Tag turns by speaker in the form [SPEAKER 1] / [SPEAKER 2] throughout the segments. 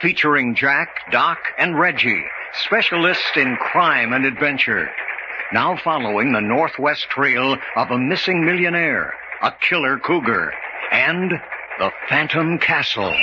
[SPEAKER 1] featuring Jack, Doc, and Reggie, specialists in crime and adventure. Now following the Northwest Trail of a missing millionaire, a killer cougar, and the Phantom Castle.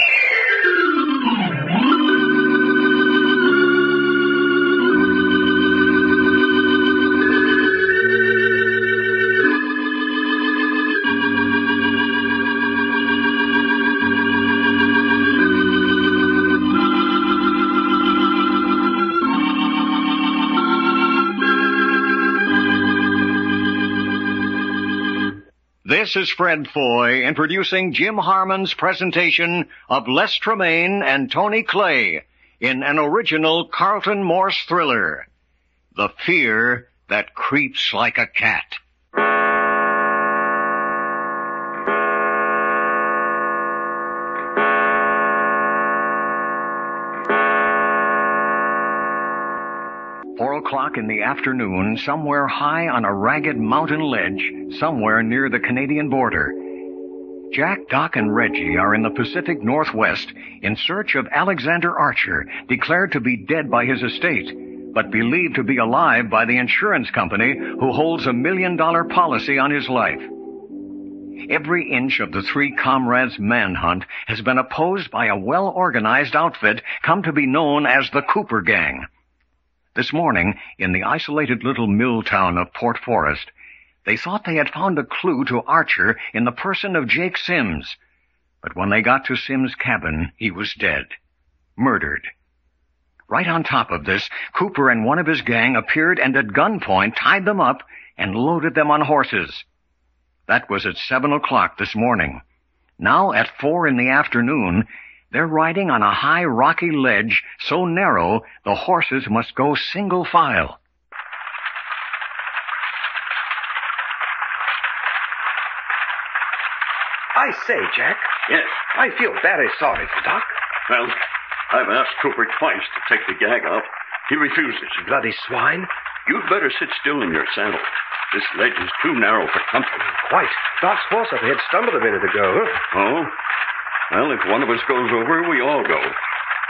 [SPEAKER 1] This is Fred Foy introducing Jim Harmon's presentation of Les Tremaine and Tony Clay in an original Carlton Morse thriller, The Fear That Creeps Like a Cat. Four o'clock in the afternoon, somewhere high on a ragged mountain ledge, somewhere near the Canadian border. Jack, Doc, and Reggie are in the Pacific Northwest in search of Alexander Archer, declared to be dead by his estate, but believed to be alive by the insurance company who holds a million dollar policy on his life. Every inch of the three comrades' manhunt has been opposed by a well organized outfit come to be known as the Cooper Gang. This morning, in the isolated little mill town of Port Forest, they thought they had found a clue to Archer in the person of Jake Sims. But when they got to Sims' cabin, he was dead. Murdered. Right on top of this, Cooper and one of his gang appeared and at gunpoint tied them up and loaded them on horses. That was at seven o'clock this morning. Now at four in the afternoon, they're riding on a high rocky ledge so narrow the horses must go single file.
[SPEAKER 2] I say, Jack.
[SPEAKER 3] Yes.
[SPEAKER 2] I feel very sorry for Doc.
[SPEAKER 3] Well, I've asked Cooper twice to take the gag off. He refuses.
[SPEAKER 2] Bloody swine.
[SPEAKER 3] You'd better sit still in your saddle. This ledge is too narrow for comfort.
[SPEAKER 2] Quite. Doc's horse up ahead stumbled a minute ago. Huh?
[SPEAKER 3] Oh? Well, if one of us goes over, we all go.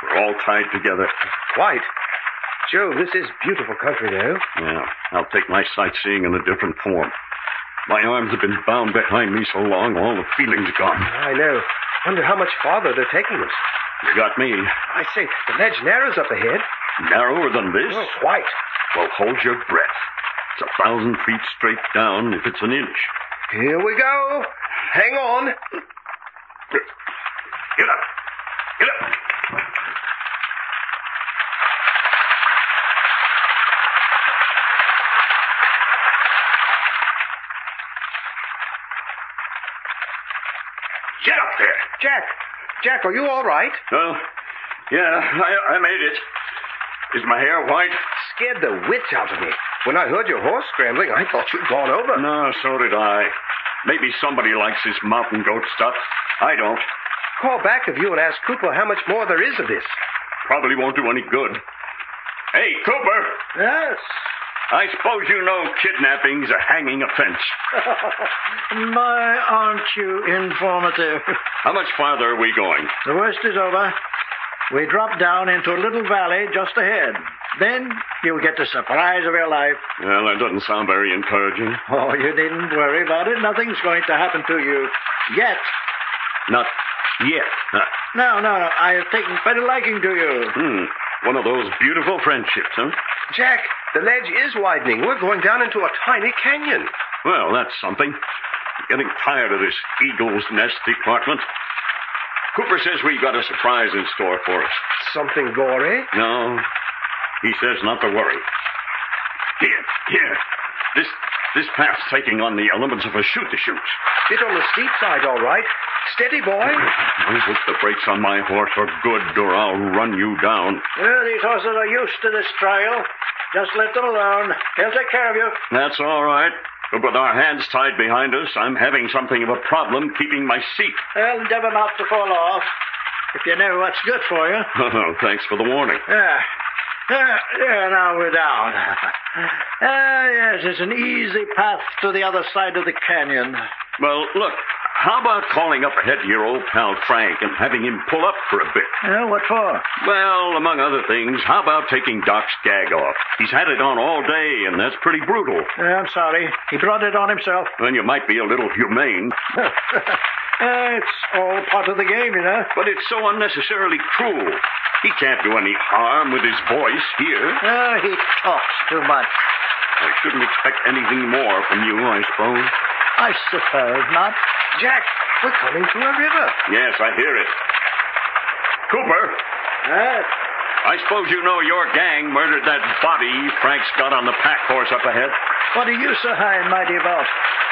[SPEAKER 3] We're all tied together.
[SPEAKER 2] Quite. Joe, this is beautiful country, though.
[SPEAKER 3] Yeah, I'll take my sightseeing in a different form. My arms have been bound behind me so long, all the feeling's gone.
[SPEAKER 2] I know. Wonder how much farther they're taking us.
[SPEAKER 3] You got me.
[SPEAKER 2] I say, the ledge narrows up ahead.
[SPEAKER 3] Narrower than this?
[SPEAKER 2] Oh, quite.
[SPEAKER 3] Well, hold your breath. It's a thousand feet straight down if it's an inch.
[SPEAKER 2] Here we go. Hang on.
[SPEAKER 3] Get up. Get up. Get up there.
[SPEAKER 2] Jack, Jack, are you all right?
[SPEAKER 3] Well, yeah, I, I made it. Is my hair white?
[SPEAKER 2] Scared the wits out of me. When I heard your horse scrambling, I thought you'd gone over.
[SPEAKER 3] No, so did I. Maybe somebody likes this mountain goat stuff. I don't.
[SPEAKER 2] Call back of you and ask Cooper how much more there is of this.
[SPEAKER 3] Probably won't do any good. Hey, Cooper,
[SPEAKER 2] Yes.
[SPEAKER 3] I suppose you know kidnapping's a hanging offense.
[SPEAKER 4] My, aren't you informative?
[SPEAKER 3] How much farther are we going?
[SPEAKER 4] The worst is over. We drop down into a little valley just ahead. Then you'll get the surprise of your life.
[SPEAKER 3] Well, that doesn't sound very encouraging.
[SPEAKER 4] Oh, you needn't worry about it. Nothing's going to happen to you. Yet.
[SPEAKER 3] Not yet. Huh.
[SPEAKER 4] No, no, no. I have taken quite a liking to you.
[SPEAKER 3] Hmm. One of those beautiful friendships, huh?
[SPEAKER 2] Jack, the ledge is widening. We're going down into a tiny canyon.
[SPEAKER 3] Well, that's something. I'm getting tired of this eagle's nest department. Cooper says we've got a surprise in store for us.
[SPEAKER 2] Something gory?
[SPEAKER 3] No, he says not to worry. Here, here. This this path's taking on the elements of a shoot-to-shoot.
[SPEAKER 2] Bit on the steep side, all right.
[SPEAKER 4] Steady, boy.
[SPEAKER 3] You put the brakes on my horse for good, or I'll run you down.
[SPEAKER 4] Well, these horses are used to this trial. Just let them alone. They'll take care of you.
[SPEAKER 3] That's all right. But with our hands tied behind us, I'm having something of a problem keeping my seat.
[SPEAKER 4] I'll endeavor not to fall off. If you know what's good for you.
[SPEAKER 3] Oh, thanks for the warning.
[SPEAKER 4] Yeah. Yeah, yeah, now we're down. Ah, yes, it's an easy path to the other side of the canyon.
[SPEAKER 3] Well, look, how about calling up ahead to your old pal Frank and having him pull up for a bit?
[SPEAKER 4] Yeah, what for?
[SPEAKER 3] Well, among other things, how about taking Doc's gag off? He's had it on all day, and that's pretty brutal.
[SPEAKER 4] Yeah, Ah, I'm sorry. He brought it on himself.
[SPEAKER 3] Then you might be a little humane,
[SPEAKER 4] Uh, it's all part of the game, you know.
[SPEAKER 3] but it's so unnecessarily cruel. He can't do any harm with his voice here.
[SPEAKER 4] Oh, he talks too much.
[SPEAKER 3] I shouldn't expect anything more from you, I suppose.
[SPEAKER 4] I suppose not. Jack, we're coming to a river.
[SPEAKER 3] Yes, I hear it. Cooper,
[SPEAKER 4] Yes.
[SPEAKER 3] I suppose you know your gang murdered that body Frank's got on the pack horse up ahead.
[SPEAKER 4] What are you so high and mighty about?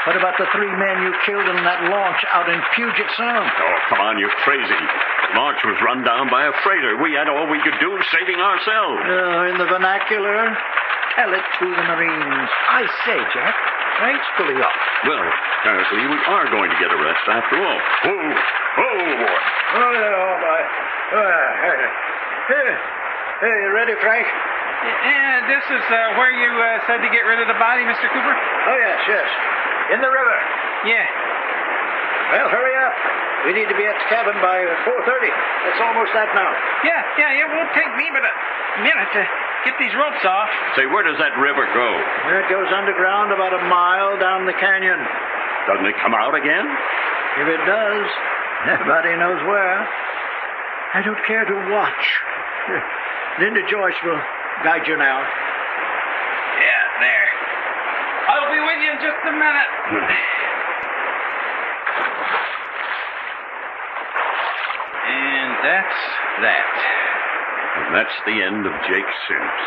[SPEAKER 4] What about the three men you killed in that launch out in Puget Sound?
[SPEAKER 3] Oh, come on, you're crazy. The launch was run down by a freighter. We had all we could do saving ourselves.
[SPEAKER 4] Uh, in the vernacular, tell it to the Marines. I say, Jack, Frank's pulling up.
[SPEAKER 3] Well, apparently we are going to get a rest after all. Whoa, whoa, boy.
[SPEAKER 4] Oh, yeah, all right. Uh, hey, hey, you ready, Frank?
[SPEAKER 5] And this is uh, where you uh, said to get rid of the body, Mr. Cooper?
[SPEAKER 4] Oh, yes, yes. In the river.
[SPEAKER 5] Yeah.
[SPEAKER 4] Well, hurry up. We need to be at the cabin by 4.30. It's almost that now.
[SPEAKER 5] Yeah, yeah, it won't take me but a minute to get these ropes off.
[SPEAKER 3] Say, where does that river go?
[SPEAKER 4] It goes underground about a mile down the canyon.
[SPEAKER 3] Doesn't it come out again?
[SPEAKER 4] If it does, nobody knows where. I don't care to watch. Linda Joyce will guide you now.
[SPEAKER 5] Yeah, there. I'll be with you in just a minute. And that's that.
[SPEAKER 3] And that's the end of Jake Sims.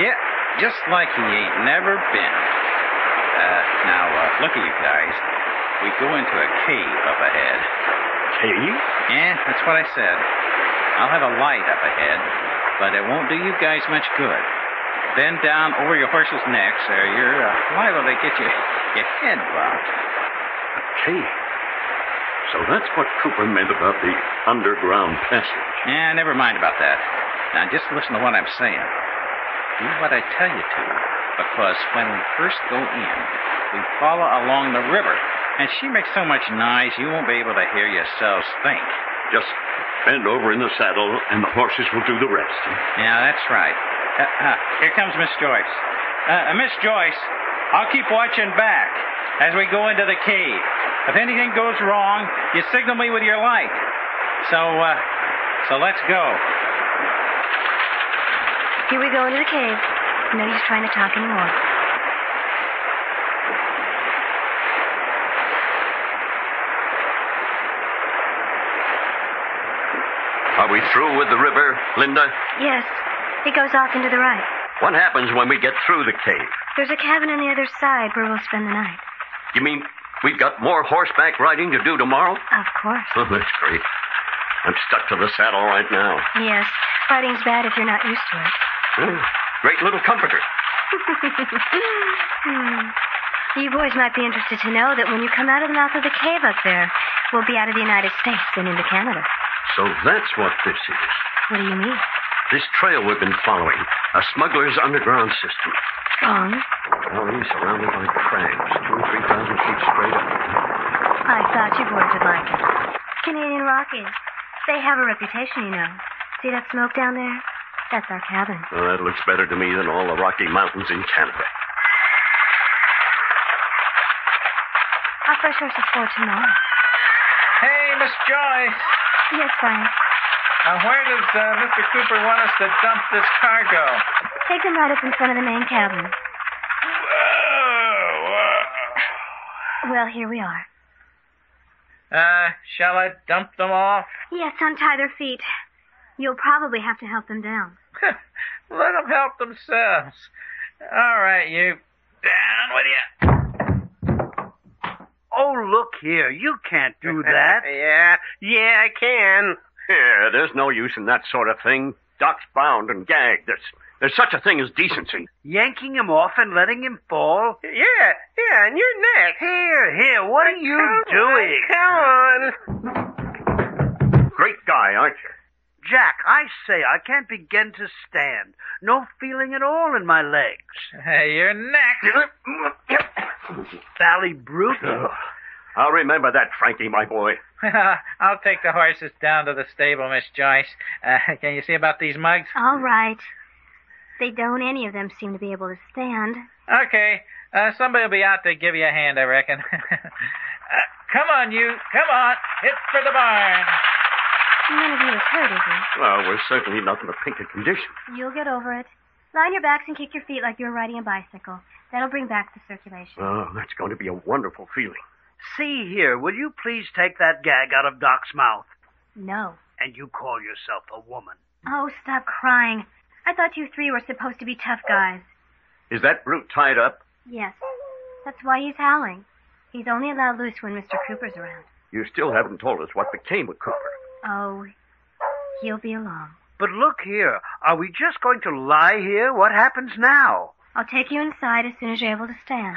[SPEAKER 5] Yeah, just like he ain't never been. Uh, now, uh, look at you guys. We go into a cave up ahead.
[SPEAKER 3] Cave?
[SPEAKER 5] Yeah, that's what I said. I'll have a light up ahead, but it won't do you guys much good. Bend down over your horses' necks, or you're uh, liable to get your, your head bumped.
[SPEAKER 3] Cave. So that's what Cooper meant about the underground passage.
[SPEAKER 5] Yeah, never mind about that. Now, just listen to what I'm saying. Do what I tell you to, because when we first go in, we follow along the river, and she makes so much noise you won't be able to hear yourselves think.
[SPEAKER 3] Just bend over in the saddle, and the horses will do the rest.
[SPEAKER 5] Yeah, that's right. Uh, uh, here comes Miss Joyce. Uh, uh, Miss Joyce, I'll keep watching back as we go into the cave. If anything goes wrong, you signal me with your light. So, uh, so let's go.
[SPEAKER 6] Here we go into the cave. No use trying to talk anymore.
[SPEAKER 3] Are we through with the river, Linda?
[SPEAKER 6] Yes, it goes off into the right.
[SPEAKER 3] What happens when we get through the cave?
[SPEAKER 6] There's a cabin on the other side where we'll spend the night.
[SPEAKER 3] You mean we've got more horseback riding to do tomorrow?
[SPEAKER 6] Of course.
[SPEAKER 3] Oh, that's great. I'm stuck to the saddle right now.
[SPEAKER 6] Yes, fighting's bad if you're not used to it.
[SPEAKER 3] Yeah, Great little comforter.
[SPEAKER 6] Hmm. You boys might be interested to know that when you come out of the mouth of the cave up there, we'll be out of the United States and into Canada.
[SPEAKER 3] So that's what this is.
[SPEAKER 6] What do you mean?
[SPEAKER 3] This trail we've been following. A smuggler's underground system.
[SPEAKER 6] Strong.
[SPEAKER 3] Valley surrounded by crags, two or three thousand feet straight up.
[SPEAKER 6] I thought you boys would like it. Canadian Rockies. They have a reputation, you know. See that smoke down there? That's our cabin.
[SPEAKER 3] Well, that looks better to me than all the Rocky Mountains in Canada.
[SPEAKER 6] Our fresh horse is for tomorrow.
[SPEAKER 5] Hey, Miss Joyce.
[SPEAKER 6] Yes, Frank.
[SPEAKER 5] Now, where does uh, Mr. Cooper want us to dump this cargo?
[SPEAKER 6] Take them right up in front of the main cabin. Well, here we are.
[SPEAKER 5] Uh, shall I dump them off?
[SPEAKER 6] Yes, untie their feet. You'll probably have to help them down.
[SPEAKER 5] Let them help themselves. All right, you. Down with you.
[SPEAKER 4] Oh, look here. You can't do that.
[SPEAKER 7] yeah, yeah, I can.
[SPEAKER 3] Yeah, there's no use in that sort of thing. Doc's bound and gagged. There's, there's such a thing as decency.
[SPEAKER 4] Yanking him off and letting him fall.
[SPEAKER 7] Yeah, yeah, and you're next.
[SPEAKER 4] Here, here. What are you doing?
[SPEAKER 7] Come on.
[SPEAKER 3] Great guy, aren't you?
[SPEAKER 4] Jack, I say, I can't begin to stand. No feeling at all in my legs.
[SPEAKER 5] Hey, you're next.
[SPEAKER 4] Bally brute.
[SPEAKER 3] I'll remember that, Frankie, my boy.
[SPEAKER 5] I'll take the horses down to the stable, Miss Joyce. Uh, can you see about these mugs?
[SPEAKER 6] All right. They don't any of them seem to be able to stand.
[SPEAKER 5] Okay. Uh, somebody will be out to give you a hand, I reckon. uh, come on, you. Come on. Hit for the barn.
[SPEAKER 6] None of you is hurt, is he?
[SPEAKER 3] Well, we're certainly not in a pinker condition.
[SPEAKER 6] You'll get over it. Line your backs and kick your feet like you were riding a bicycle. That'll bring back the circulation.
[SPEAKER 3] Oh, that's going to be a wonderful feeling.
[SPEAKER 4] See here, will you please take that gag out of Doc's mouth?
[SPEAKER 6] No.
[SPEAKER 4] And you call yourself a woman.
[SPEAKER 6] Oh, stop crying. I thought you three were supposed to be tough guys.
[SPEAKER 3] Is that brute tied up?
[SPEAKER 6] Yes. That's why he's howling. He's only allowed loose when Mr. Cooper's around.
[SPEAKER 3] You still haven't told us what became of Cooper.
[SPEAKER 6] Oh, he'll be along.
[SPEAKER 4] But look here, are we just going to lie here? What happens now?
[SPEAKER 6] I'll take you inside as soon as you're able to stand.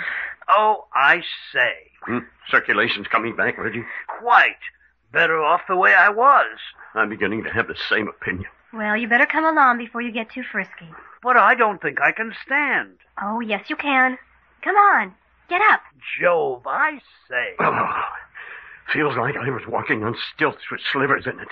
[SPEAKER 4] Oh, I say,
[SPEAKER 3] Hmm? Circulation's coming back, Reggie.
[SPEAKER 4] quite. Better off the way I was.
[SPEAKER 3] I'm beginning to have the same opinion.
[SPEAKER 6] Well, you better come along before you get too frisky.
[SPEAKER 4] But I don't think I can stand.
[SPEAKER 6] Oh, yes, you can. Come on. Get up.
[SPEAKER 4] Jove, I say.
[SPEAKER 3] Oh, feels like I was walking on stilts with slivers in it.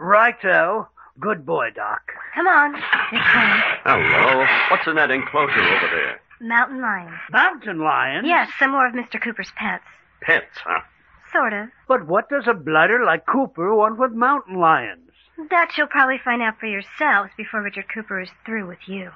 [SPEAKER 4] Righto. Good boy, Doc.
[SPEAKER 6] Come on. This way.
[SPEAKER 3] Hello. What's in that enclosure over there?
[SPEAKER 6] Mountain lions.
[SPEAKER 4] Mountain lion?
[SPEAKER 6] Yes, some more of Mr. Cooper's pets.
[SPEAKER 3] Pets, huh?
[SPEAKER 6] Sort of.
[SPEAKER 4] But what does a blighter like Cooper want with mountain lions?
[SPEAKER 6] That you'll probably find out for yourselves before Richard Cooper is through with you.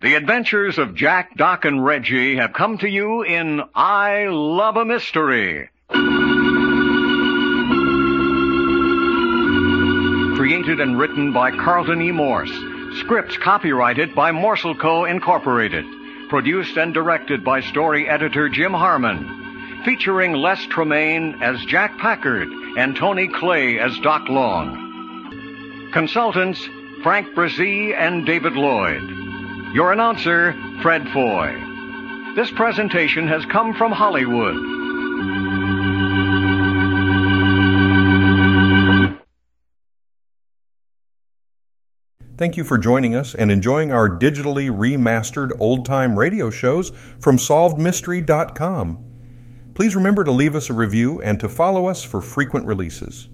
[SPEAKER 1] The adventures of Jack, Doc, and Reggie have come to you in I Love a Mystery. Created and written by Carlton E. Morse. Scripts copyrighted by Morsel Co. Incorporated. Produced and directed by story editor Jim Harmon. Featuring Les Tremaine as Jack Packard and Tony Clay as Doc Long. Consultants Frank Brzee and David Lloyd. Your announcer, Fred Foy. This presentation has come from Hollywood.
[SPEAKER 8] Thank you for joining us and enjoying our digitally remastered old time radio shows from SolvedMystery.com. Please remember to leave us a review and to follow us for frequent releases.